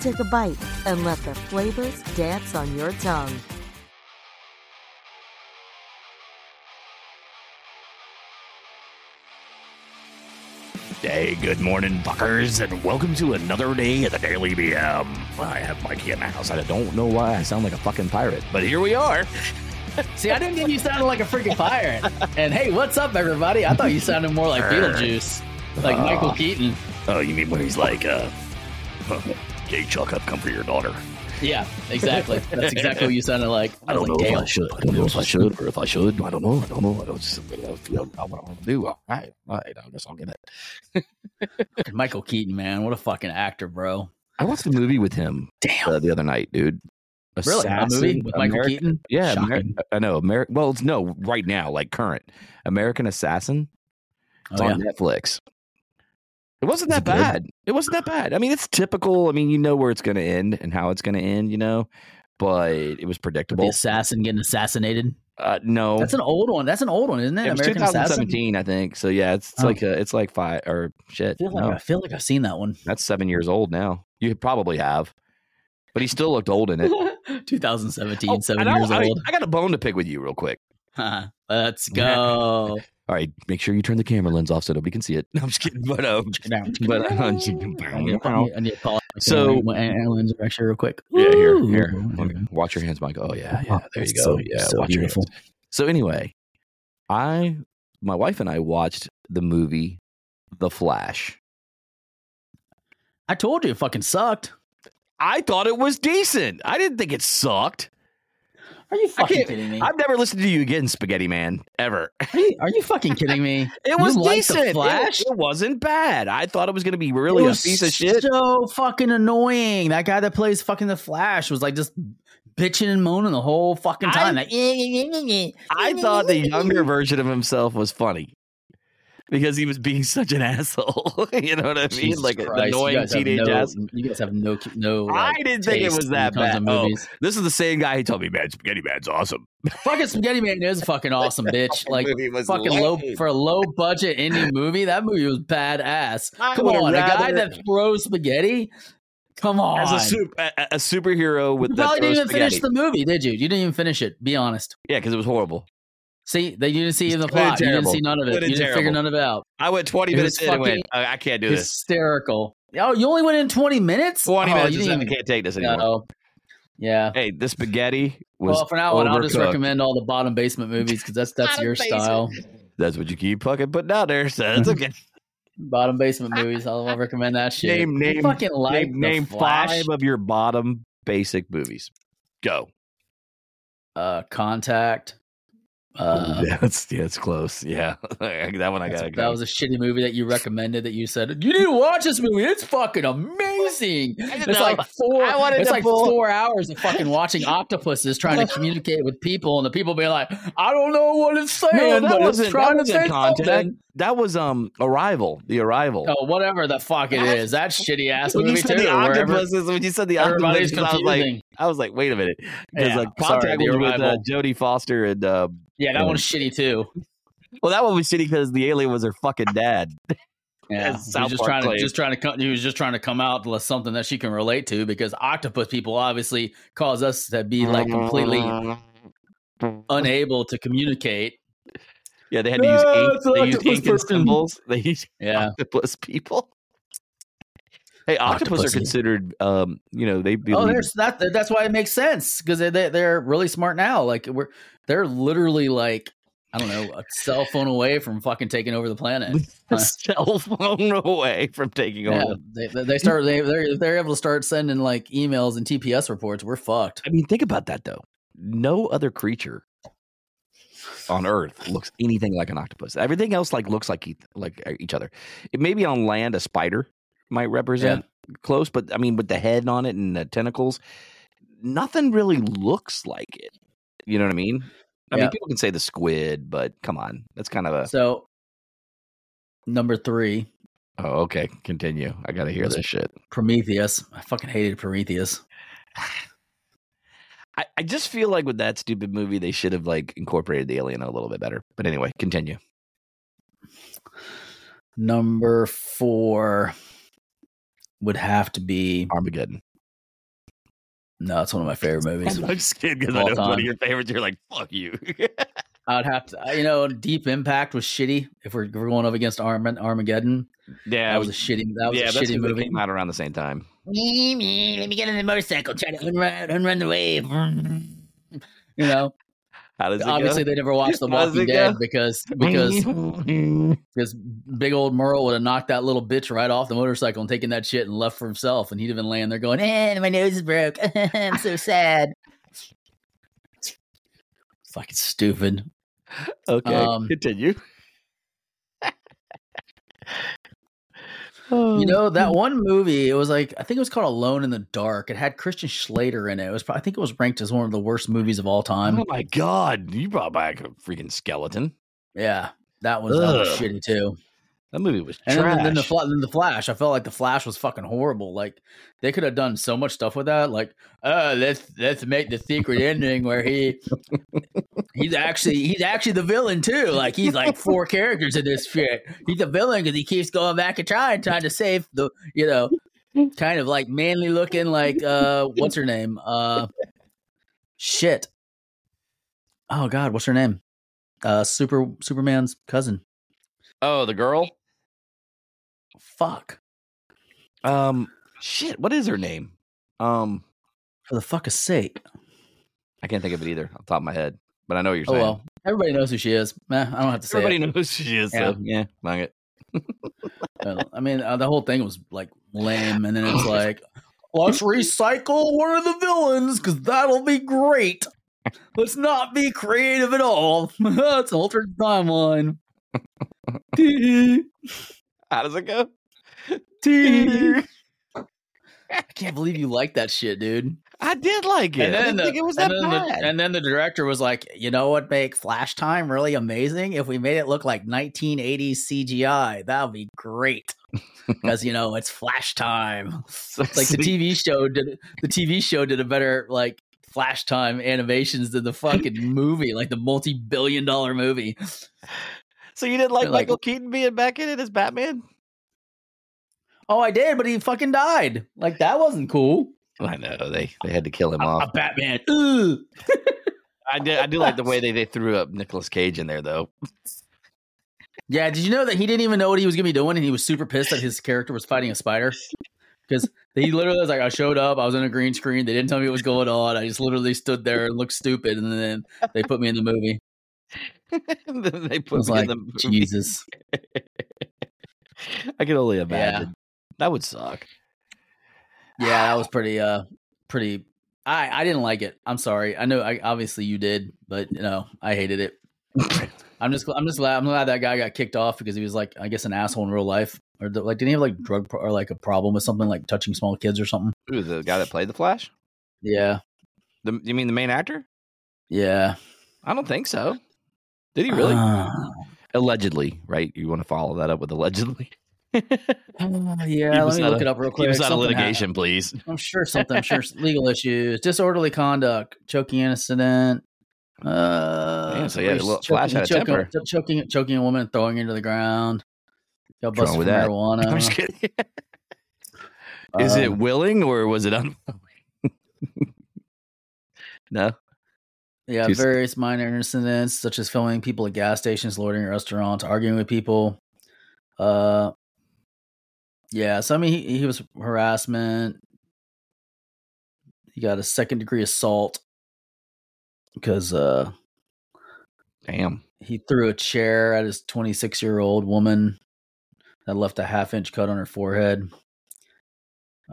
take a bite, and let the flavors dance on your tongue. Hey, good morning, fuckers, and welcome to another day of the Daily BM. I have Mikey in the house. I don't know why I sound like a fucking pirate, but here we are. See, I didn't think you sounded like a freaking pirate. And hey, what's up, everybody? I thought you sounded more like Beetlejuice, like Uh. Michael Keaton. Oh, you mean when he's like, uh, hey, Chuck, I've come for your daughter. Yeah, exactly. That's exactly what you sounded like. I don't was know like, if I "Damn." should. I don't know if I should or if I should. I don't know. I don't know. I don't just, I don't feel I what I want to do. All right. All right. I guess I'll get it. Michael Keaton, man, what a fucking actor, bro. I watched a movie with him Damn, uh, the other night, dude. really? A movie with Michael American- Keaton? Yeah, Ameri- Shocking. I know. Ameri- well, it's no right now, like current American Assassin. It's Oh, yeah. on Netflix. It wasn't Is that it good? bad. It wasn't that bad. I mean, it's typical. I mean, you know where it's going to end and how it's going to end, you know. But it was With the predictable. assassin getting assassinated. Uh, no, That's an old one. That's an old one, isn't it? it was American Assassin. 2017, I think. So yeah, it's, it's Oh. like a, it's like five or shit. I feel, like, no, I feel like I've seen that one. that's seven years old now. You probably have, but he still looked old in it. 2017, Oh, seven and I- years I- old. I got a bone to pick with you, real quick. Let's go. All right, make sure you turn the camera lens off so nobody can see it. No, I'm just kidding, but um, but um, I need, I need- I need to call. So- my Alan's actually real quick. yeah, here, Ooh. here, Let me- watch your hands, Mike. Oh yeah, yeah, there you That's go. so- Yeah, so watch your hands. beautiful. So anyway, I, my wife and I watched the movie The Flash. I told you it fucking sucked. I thought it was decent. I didn't think it sucked. Are you fucking can't- kidding me? I've never listened to you again, Spaghetti Man, ever. Are you, are you fucking kidding me? It was liked The decent. It- Flash? It, wasn't bad. I thought it was going to be really It a was piece of shit. So fucking annoying. That guy that plays fucking the Flash was like just bitching and moaning the whole fucking I- time. like, I thought the younger version of himself was funny because he was being such an asshole. you know what I mean? Jesus like an Christ, you annoying guys have teenage no- asshole. You guys have no no. like, I didn't think it taste was when that comes to bad. Oh, movies. This is the same guy who told me, "Man, Spaghetti Man's awesome." Fucking Spaghetti Man is fucking awesome, bitch. Like movie was fucking low for a low budget indie movie. That movie was badass. I Come would on, a guy rather- that throws spaghetti. Come on, as a, sup- a, a- a superhero with you the probably didn't even spaghetti. finish the movie, did you? You didn't even finish it. Be honest. yeah, because it was horrible. See, that you didn't see the Put it plot. You didn't terrible. see none of it. You Put it didn't figure terrible. none of it out. I went twenty It minutes was in and went, fucking "I I can't do this." Hysterical. Oh, you only went in twenty minutes. Twenty oh, minutes, You in, didn't I even. can't take this anymore. No. Yeah. Hey, this spaghetti was. Well, for now on, I'll just overcooked. recommend all the bottom basement movies because that's that's your style. That's what you keep fucking putting out there, so it's okay. Bottom basement movies. I'll, I'll recommend that shit. Name- You name- fucking like name The name Flash. five of your bottom basic movies. Go. uh contact uh yeah, that's yeah, it's close. Yeah, that one I that's- gotta that go. was a shitty movie that you recommended that you said you need to watch this movie it's fucking amazing didn't it's know. like four I wanted it's to like pull- four hours of fucking watching octopuses trying to communicate with people and the people being like i don't know what it's saying no, that but it's wasn't. That trying to wasn't say contact. something. That was um Arrival. The Arrival. oh whatever the fuck it is that shitty ass when movie you said too the wherever octopuses, when you said the everybody's octopuses, I was like, confusing I was like, wait a minute, because Yeah, like sorry, contact The was with uh, Arrival. Jodie Foster and uh, yeah that Yeah. one's shitty too well, that one was shitty because the alien was her fucking dad. Yeah, as he South was just Park trying played. to just trying to come, he was just trying to come out with something that she can relate to because octopus people obviously cause us to be like completely unable to communicate. Yeah, they had to No, use ink. They used it's an octopus ink and person. symbols. They used Yeah, octopus people. Hey, octopus Octopussy. are considered, um, you know, they oh, believe there's that. That's why it makes sense because they, they they're really smart now. Like we're they're literally like I don't know a cell phone away from fucking taking over the planet. a cell phone away from taking Yeah, over. they, they- they start they they're, they're able to start sending like emails and TPS reports. We're fucked. I mean, think about that though. No other creature on Earth looks anything like an octopus. e, Everything else like looks like eith- like uh, each other. It maybe on land a spider might represent close, but I mean, with the head on it and the tentacles, nothing really looks like it. You know what I mean? I Yeah. mean, people can say the squid, but come on, that's kind of a. So number three, Oh, okay. Continue. I got to hear this shit. Prometheus. I fucking hated Prometheus. I, I just feel like with that stupid movie, they should have like incorporated the alien a little bit better. But anyway, continue. Number four would have to be Armageddon. no, it's one of my favorite movies. I'm just kidding because I All know it's one of time. your favorites. You're like, fuck you. I'd have to, you know, Deep Impact was shitty. If we're, if we're going up against Arm- Armageddon, yeah, that was a shitty. That was yeah, a that's 'cause shitty they movie. Came out around the same time. Me, me, let me get on the motorcycle, try to unrun, unrun the wave. You know, How does it obviously they never watched The How does Walking it go? Dead because go? because because big old Merle would have knocked that little bitch right off the motorcycle and taken that shit and left for himself, and he'd have been laying there going, "Eh, my nose is broke. I'm so sad." Fucking stupid. okay, Um, continue. Oh, You know that one movie? It was like I think it was called Alone in the Dark. It had Christian Slater in it. It was pro- I think it was ranked as one of the worst movies of all time. oh my god, you brought back a freaking skeleton. Yeah, that was, that was Ugh. shitty too. That movie was And trash. then, then the Fla- then the Flash. I felt like the Flash was fucking horrible. Like they could have done so much stuff with that. Like, uh, let's let's make the secret ending where he he's actually he's actually the villain too. Like he's like four characters in this shit. He's a villain because he keeps going back and trying trying to save the you know kind of like manly looking like uh what's her name uh shit oh god what's her name uh super Superman's cousin oh, the girl. fuck. Um, shit. What is her name? Um, For the fuck of sake. I can't think of it either off the top of my head, but I know what you're Oh saying. well, everybody knows who she is. Meh, I don't have to say. Everybody it. knows who she is. Yeah. So, yeah, fuck it. Uh, I mean, uh, the whole thing was like lame, and then it's like, let's recycle one of the villains because that'll be great. Let's not be creative at all. it's an altered timeline. Tee, How does it go? tee. I can't believe you like that shit, dude. I did like it. I And then didn't the- think it was that and then bad. The, and then the director was like, you know what make Flash Time really amazing? If we made it look like 1980s CGI, that would be great. Because you know it's Flash Time. It's Like the TV show did the TV show did a better like Flash Time animations than the fucking movie, like the multi-billion dollar movie. so you didn't like, like- Michael Keaton being back in it as Batman? Oh, I did, but he fucking died. Like that wasn't cool. I know they they had to kill him A off. Batman. Ooh. I did I do like the way they, they threw up Nicolas Cage in there though. Yeah, did you know that he didn't even know what he was gonna be doing, and he was super pissed that his character was fighting a spider because he literally was like, "I showed up, I was on a green screen, they didn't tell me what was going on, I just literally stood there and looked stupid, and then they put me in the movie." And then they I put was me like, in the movie. "Jesus, I can only imagine. That would suck. yeah, that was pretty, uh, pretty." I I didn't like it. I'm sorry. I know, I obviously you did, but you know, I hated it. I'm just, I'm just glad, I'm glad that guy got kicked off because he was like, I guess, an asshole in real life, or the, like, didn't he have like drug pro- or like a problem with something like touching small kids or something? Who the guy that played the Flash? Yeah, The, you mean the main actor? yeah. I don't think so. Did he really? Uh, allegedly, right? You want to follow that up with allegedly? Uh, yeah, was let not me look a- it up real quick. Keep us out of Something litigation, please. happened. I'm sure something. I'm sure legal issues, disorderly conduct, choking incident. Uh, Damn, so yeah, race- look, Flash had a choking, temper. cho- Choking, choking a woman, and throwing her to the ground. Got What's wrong busted for with that? marijuana. I'm just kidding. Is it Um, willing or was it unwilling? no. Yeah, Jeez. various minor incidents such as filming people at gas stations, loitering at restaurants, arguing with people. Uh, yeah. So I mean, he, he was harassment. He got a second degree assault because uh, Damn. he threw a chair at his 26 year old woman that left a half inch cut on her forehead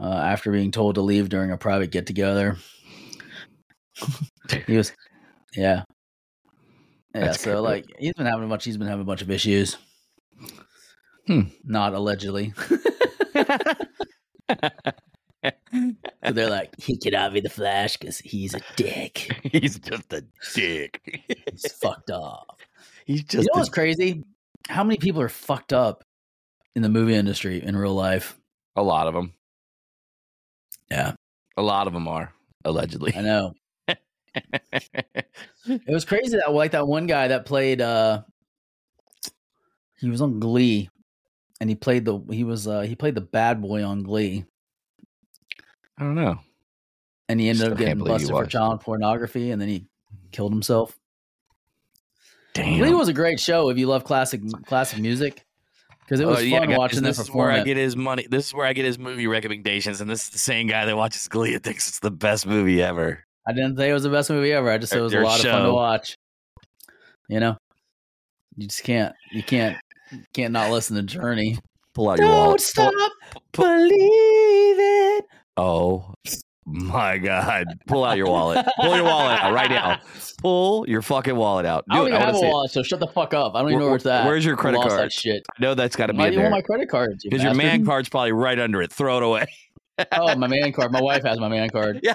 uh, after being told to leave during a private get together. he was, yeah. Yeah, That's so cr- like he's been having a bunch. He's been having a bunch of issues. Hmm. Not allegedly. So they're like, he cannot be the Flash because he's a dick. He's just a dick. He's fucked up. He's You just know a what's crazy? How many people are fucked up in the movie industry in real life? A lot of them. Yeah. A lot of them are allegedly. I know. It was crazy that like that one guy that played uh he was on Glee and he played the he was uh he played the bad boy on Glee I don't know. and he ended Still up can't getting believe you busted for watched child pornography and then he killed himself. Damn. Glee was a great show if you love classic classic music because it was Oh, fun yeah, guys, watching them This is where perform I it. get his money. This is where I get his movie recommendations, and this is the same guy that watches Glee and thinks it's the best movie ever. I didn't say it was the best movie ever. I just said it was a Or lot of fun to show. watch. You know, you just can't you can't can't not listen to Journey. Pull out your wallet. believe it. Oh my god! Pull out your wallet. Pull your wallet out right now. Pull your fucking wallet out. I Do don't it. even I have want to a see. it. wallet, so shut the fuck up. I don't Where- even know where it's at. where's your I credit lost card? That shit. No, that's got to be Why in do you want there. my credit card? you Because your bastard? man card's probably right under it. Throw it away. Oh, my man card. My wife has my man card.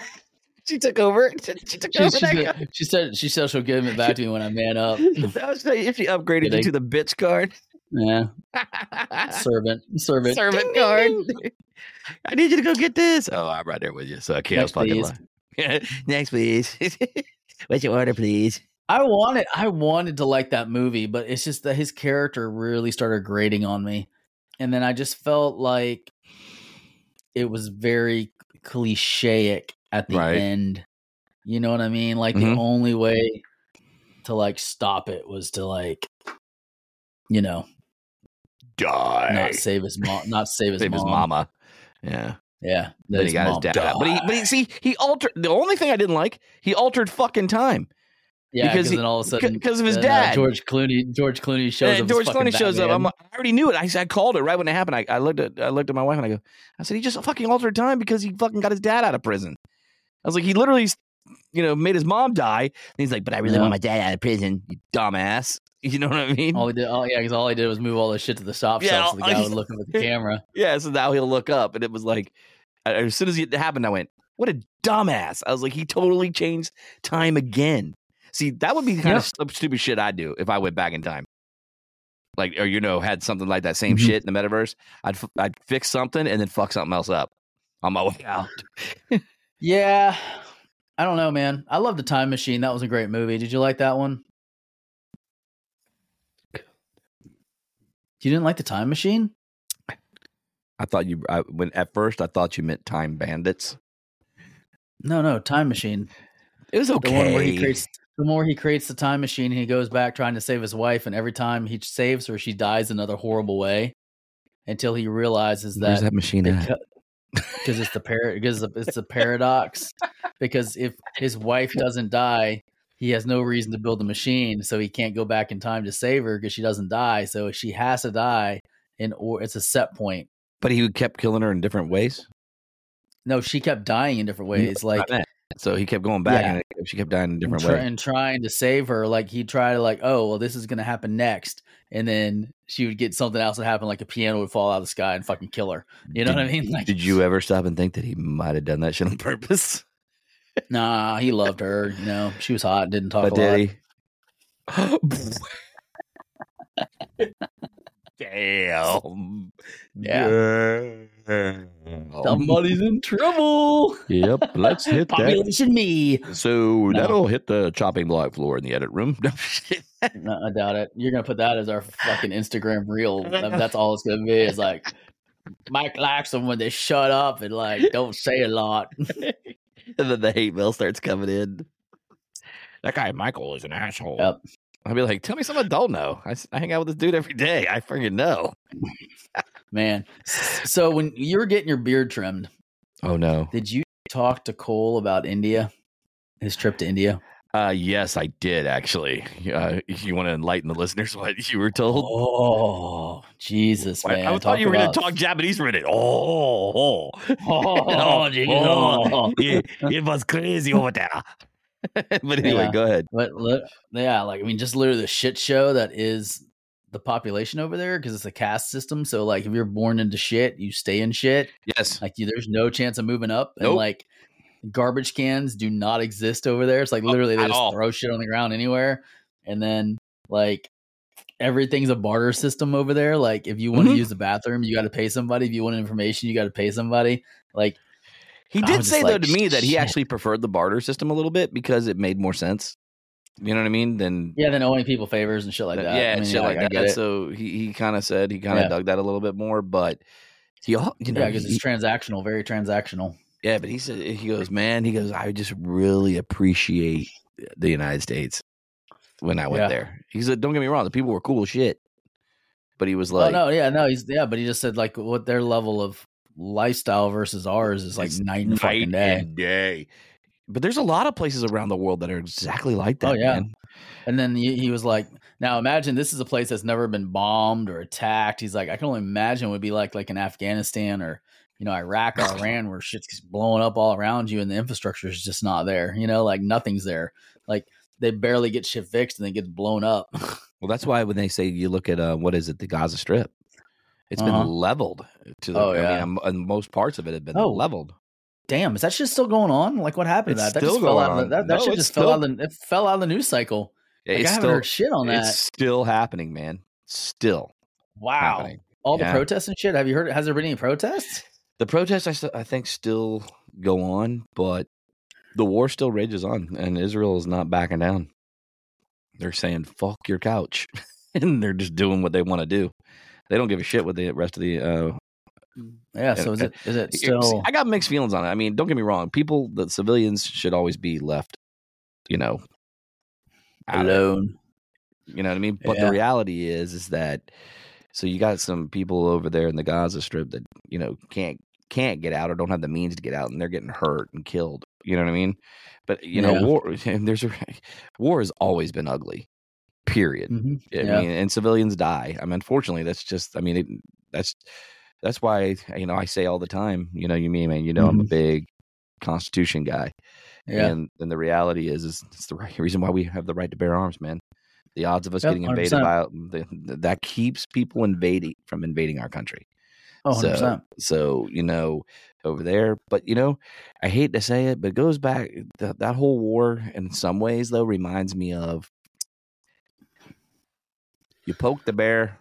She took over. She, she took She, she's gonna- she said she said she'll give it back to me when I man up. That was if she upgraded Kidding. you to the bitch card. Yeah, servant, servant, Servant Ding, card. ding, ding. I need you to go get this. Oh, I'm right there with you. So I can't Next, fucking please. lie. Next, please. What's your order, please? I wanted I wanted to like that movie, but it's just that his character really started grating on me. And then I just felt like it was very clichéic at the Right. end. You know what I mean? Like Mhm. the only way to like stop it was to like you know, Die. not save his mom, not save his, Save his mom. mama. Yeah. Yeah, that Then he got his mom dad. out. But he, but he, see, he altered. The only thing I didn't like, he altered fucking time yeah, because because he- then all of a sudden, because of his then, uh, dad. George Clooney, George Clooney shows And up. as George fucking Clooney shows up. I'm, Batman. like, I already knew it. I, said- I called it right when it happened. I, I looked at I looked at my wife and I go, I said he just fucking altered time because he fucking got his dad out of prison. I was like, he literally, you know, made his mom die. And he's like, but I really Yeah. want my dad out of prison, you dumbass. You know what I mean? All he did, all, yeah, because all he did was move all the shit to the stop Yeah, shelf so the all- guy would look up at the camera. Yeah. So now he'll look up, and it was like, I- as soon as it happened, I went, what a dumbass. I was like, he totally changed time again. See, that would be the kind of stu- stupid shit I'd do if I went back in time. Like, or you know, had something like that same Mhm. shit in the metaverse. I'd f- I'd fix something and then fuck something else up on my way out. Yeah, I don't know, man. I love the Time Machine. That was a great movie. Did you like that one? You didn't like the Time Machine? I thought you I, when at first I thought you meant time bandits. No, no, Time Machine. It was The okay. one where he creates the more he creates the time machine, he goes back trying to save his wife, and every time he saves her, she dies another horrible way. Until he realizes Where's that that machine at? because it's the par because it's a paradox because if his wife doesn't die he has no reason to build a machine so he can't go back in time to save her because she doesn't die so she has to die and or it's a set point But he kept killing her in different ways. no she kept dying in different ways like I meant. so he kept going back, Yeah. and she kept dying in and, different try- ways. and trying to save her like he'd try to like oh well this is gonna happen next and then she would get something else that happened like a piano would fall out of the sky and fucking kill her you know Did- what i mean like Did you ever stop and think that he might have done that shit on purpose? nah he loved her you know she was hot didn't talk but a lot did he? Damn. Somebody's in trouble. Yep. Let's hit that. Population me. So No. that'll hit the chopping block floor in the edit room. No, I doubt it. You're gonna put that as our fucking Instagram reel. That- That's all it's gonna be. Is like Mike likes them when they shut up and like don't say a lot. and then the hate mail starts coming in. That guy Michael is an asshole. Yep. I'd be like, tell me something I don't know. I, s- I hang out with this dude every day. I freaking know. Man. So when you were getting your beard trimmed, Oh no. did you talk to Cole about India? His trip to India? Uh, yes, I did actually. Uh, you want to enlighten the listeners what you were told? Oh Jesus, I- man. I, thought you were going going to talk Japanese for a minute. Oh, oh, oh. Oh, Jesus. Oh. it, it was crazy over there. but anyway, Yeah. go ahead. But look, yeah, like I mean, just literally the shit show that is the population over there because it's a caste system. So like if you're born into shit, you stay in shit. Yes. Like you, there's no chance of moving up. And Nope. like garbage cans do not exist over there. It's like Oh, literally they at just all. throw shit on the ground anywhere. And then like everything's a barter system over there. Like if you want Mhm. to use the bathroom, you got to pay somebody. If you want information, you got to pay somebody. Like He I did was say just though like, to me that he "Shit." actually preferred the barter system a little bit because it made more sense. You know what I mean? Than yeah, then owing people favors and shit like that. yeah, I mean, shit like I that. get it. So he, he kind of said he kind of Yeah. dug that a little bit more, but he al- you know yeah, because he- it's transactional, very transactional. yeah, but he said he goes man, he goes I just really appreciate the United States when I went Yeah. there. He said don't get me wrong, the people were cool as shit, but he was Oh like no, yeah, no, he's yeah, but he just said like what their level of lifestyle versus ours is like It's night and night fucking day. and day. But there's a lot of places around the world that are exactly like that. Oh, yeah. man. And then he, he was like, "Now imagine this is a place that's never been bombed or attacked." He's like, "I can only imagine what it'd be like like in Afghanistan or you know Iraq or Iran where shit's just blowing up all around you and the infrastructure is just not there. You know, like nothing's there. Like they barely get shit fixed and it gets blown up. Well, that's why when they say you look at uh, what is it, the Gaza Strip, it's Uh-huh. been leveled to the. Oh, I yeah. mean, um, and most parts of it have been Oh, leveled. Damn, is that shit still going on? Like what happened to It's that? That still just fell going out. Of the, on. that that No, shit it's just fell out. Of the, it fell out of the news cycle. Like, I it's haven't still, heard shit on that. it's still happening, man. Still Wow. happening. All Yeah. the protests and shit. Have you heard? Has there been any protests? The protests, I, st- I think, still go on, but the war still rages on, and Israel is not backing down. They're saying "fuck your couch," and they're just doing what they want to do. They don't give a shit what the rest of the uh, Yeah. So is it? Is it You're- see, still? I got mixed feelings on it. I mean, don't get me wrong. People, the civilians should always be left, you know, out of it, Alone. You know what I mean? But Yeah. the reality is, is that so you got some people over there in the Gaza Strip that you know can't can't get out or don't have the means to get out, and they're getting hurt and killed. You know what I mean? But you know, Yeah. war and there's a war has always been ugly. Period. Mhm. I Yeah. mean, and civilians die. I mean, unfortunately, that's just. I mean, it, that's that's why you know I say all the time. You know, you mean, man, you know, I'm a Mhm. big Constitution guy, Yeah. and and the reality is, is it's the right reason why we have the right to bear arms, man. The odds of us Yep, getting invaded 100%. by um, the, that keeps people invading from invading our country. Oh, so- 100%. So you know, over there, but you know, I hate to say it, but it goes back that that whole war in some ways though reminds me of you poke the bear,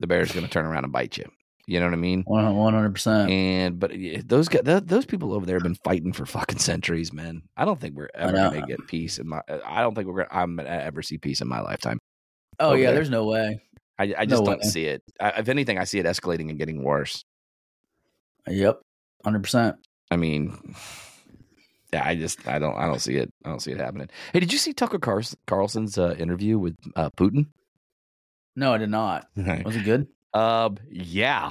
the bear's going to turn around and bite you. You know what I mean? One- 100%. And but yeah, those guys, th- those people over there have been fighting for fucking centuries, man. I don't think we're ever know. gonna get peace in my. uh, I don't think we're gonna. I'm gonna ever see peace in my lifetime. Oh, over yeah. there. There's no way. I, I just No don't way. see it. I, if anything, I see it escalating and getting worse. Yep. 100%. I mean, yeah, I just I don't I don't see it. I don't see it happening. Hey, did you see Tucker Carlson, Carlson's uh, interview with uh, Putin? No, I did not. Was it good? Um, yeah.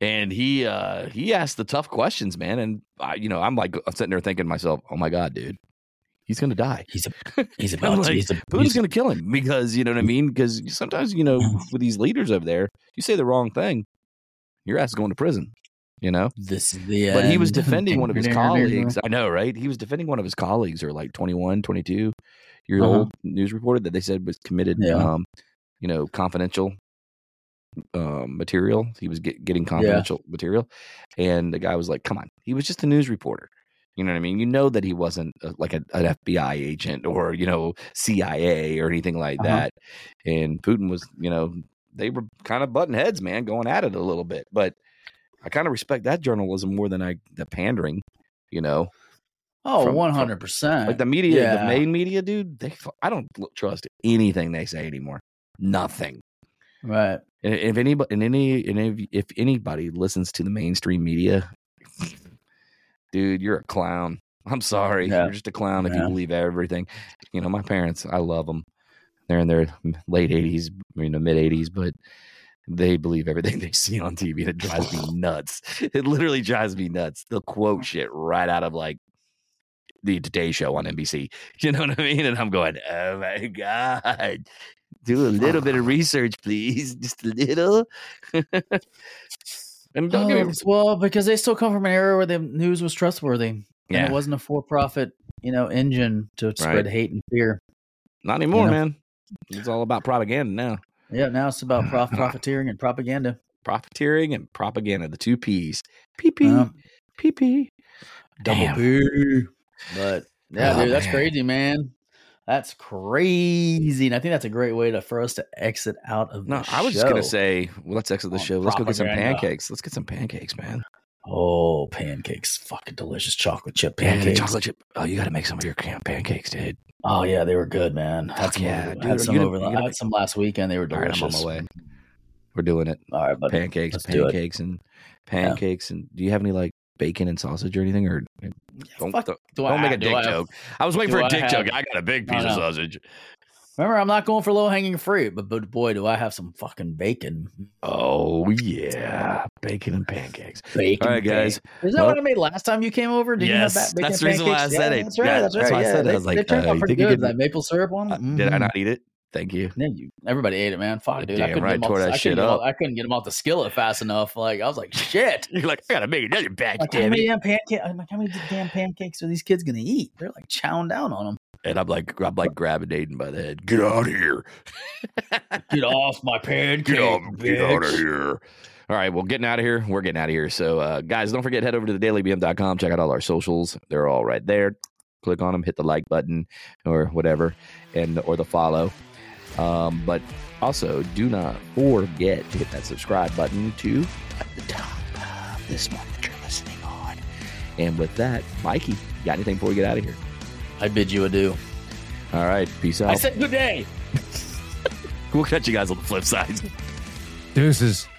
And he uh he asked the tough questions, man. And I, you know, I'm like I'm sitting there thinking to myself, oh my god, dude, he's gonna die. He's a, he's about to- he's a, Putin's gonna kill him because you know what I mean. Because sometimes you know with these leaders over there, you say the wrong thing, your ass is going to prison. You know. this is the But he was defending one of his colleagues. I know, right? He was defending one of his colleagues, who are like 21, 22 year Uh-huh. old news reporter that they said was committed, Yeah. um, you know, confidential um, material. He was get, getting confidential material, and the guy was like, "Come on, he was just a news reporter." You know what I mean? You know that he wasn't uh like a, an FBI agent or you know CIA or anything like Uh-huh. that. And Putin was, you know, they were kind of butting heads, man, going at it a little bit. But I kind of respect that journalism more than I the pandering. You know, Oh, from- from- 100%. like the media, the yeah. main media, dude. They, fu- I don't l- trust anything they say anymore. Nothing. right. And if anybody, and any, and if, if anybody listens to the mainstream media, dude, you're a clown. I'm sorry, Yeah. you're just a clown if you Yeah. believe everything. You know, my parents, I love them. They're in their m- late 80s, you know, mid 80s, but they believe everything they see on TV. And it drives me nuts. It literally drives me nuts. They'll quote shit right out of like the Today Show on NBC. You know what I mean? And I'm going, oh my God. Do a little bit of research, please. Just a little. and don't get Oh, me well, because they still come from an era where the news was trustworthy. And Yeah. it wasn't a for-profit, you know, engine to spread hate and fear. Not anymore, know? man. It's all about propaganda now. Yeah, now it's about prof- profiteering and propaganda. Profiteering and propaganda, the two P's. Pee pee. Um, pee pee. Double Damn. P. But yeah, Oh, dude, that's man. crazy, man. That's crazy. And I think that's a great way to for us to exit out of No, the I was just gonna show. say, well, let's exit the On show. Let's go get some propaganda. pancakes. Let's get some pancakes, man. Oh, pancakes. Fucking delicious chocolate chip Pancakes. pancakes. chocolate chip. Oh, you got to make some of your camp pancakes, dude. Oh yeah, they were good, man. Had Fuck some, yeah, over, dude. had Are some you gonna- over you the- I gonna- had some last week and they were All right, delicious. I'm on my way. We're doing it. All right, buddy. Pancakes, let's do it. pancakes, and pancakes. And do you have any like bacon and sausage or anything? Or don't, fuck, don't, Do don't I- make a do dick I- joke. I was waiting do for a I dick have- joke. I got a big I piece of know. sausage. Remember, I'm not going for low hanging fruit, but, but boy, do I have some fucking bacon. Oh yeah, bacon and pancakes. Bacon. All right, guys. pan- Is that what I made last time you came over? Did Yes, you have ba- bacon that's and the reason why I pancakes? said Yeah, it. That's right. Yeah, that's that's right. why I yeah. said it. I They- was like, they turned uh, out you pretty think you good. could- That maple syrup one. Uh, Did I Mhm. not eat it? Thank you. Yeah, you, everybody ate it, man. Fuck, dude. Damn I couldn't right, get 'em tore off, that I couldn't shit get 'em up. off- I couldn't get them off the skillet fast enough. Like I was like, shit. You're like, I gotta make another batch, Like how damn many it. damn pancake? I'm like, how many damn pancakes are these kids gonna eat? They're like chowing down on them. And I'm like, I'm like grabbing Aiden by the head. Get out of here. Get off my pancake! Get out, get out of here. All right, well, getting out of here. We're getting out of here. So, uh, guys, don't forget, head over to thedailybm.com. Check out all our socials. They're all right there. Click on them, hit the like button or whatever, and or the follow. Um, but also, do not forget to hit that subscribe button to at the top of this one that you're listening on. And with that, Mikey, got anything before we get out of here? I bid you adieu. All right, peace out. I said good day. we'll catch you guys on the flip side. Deuces.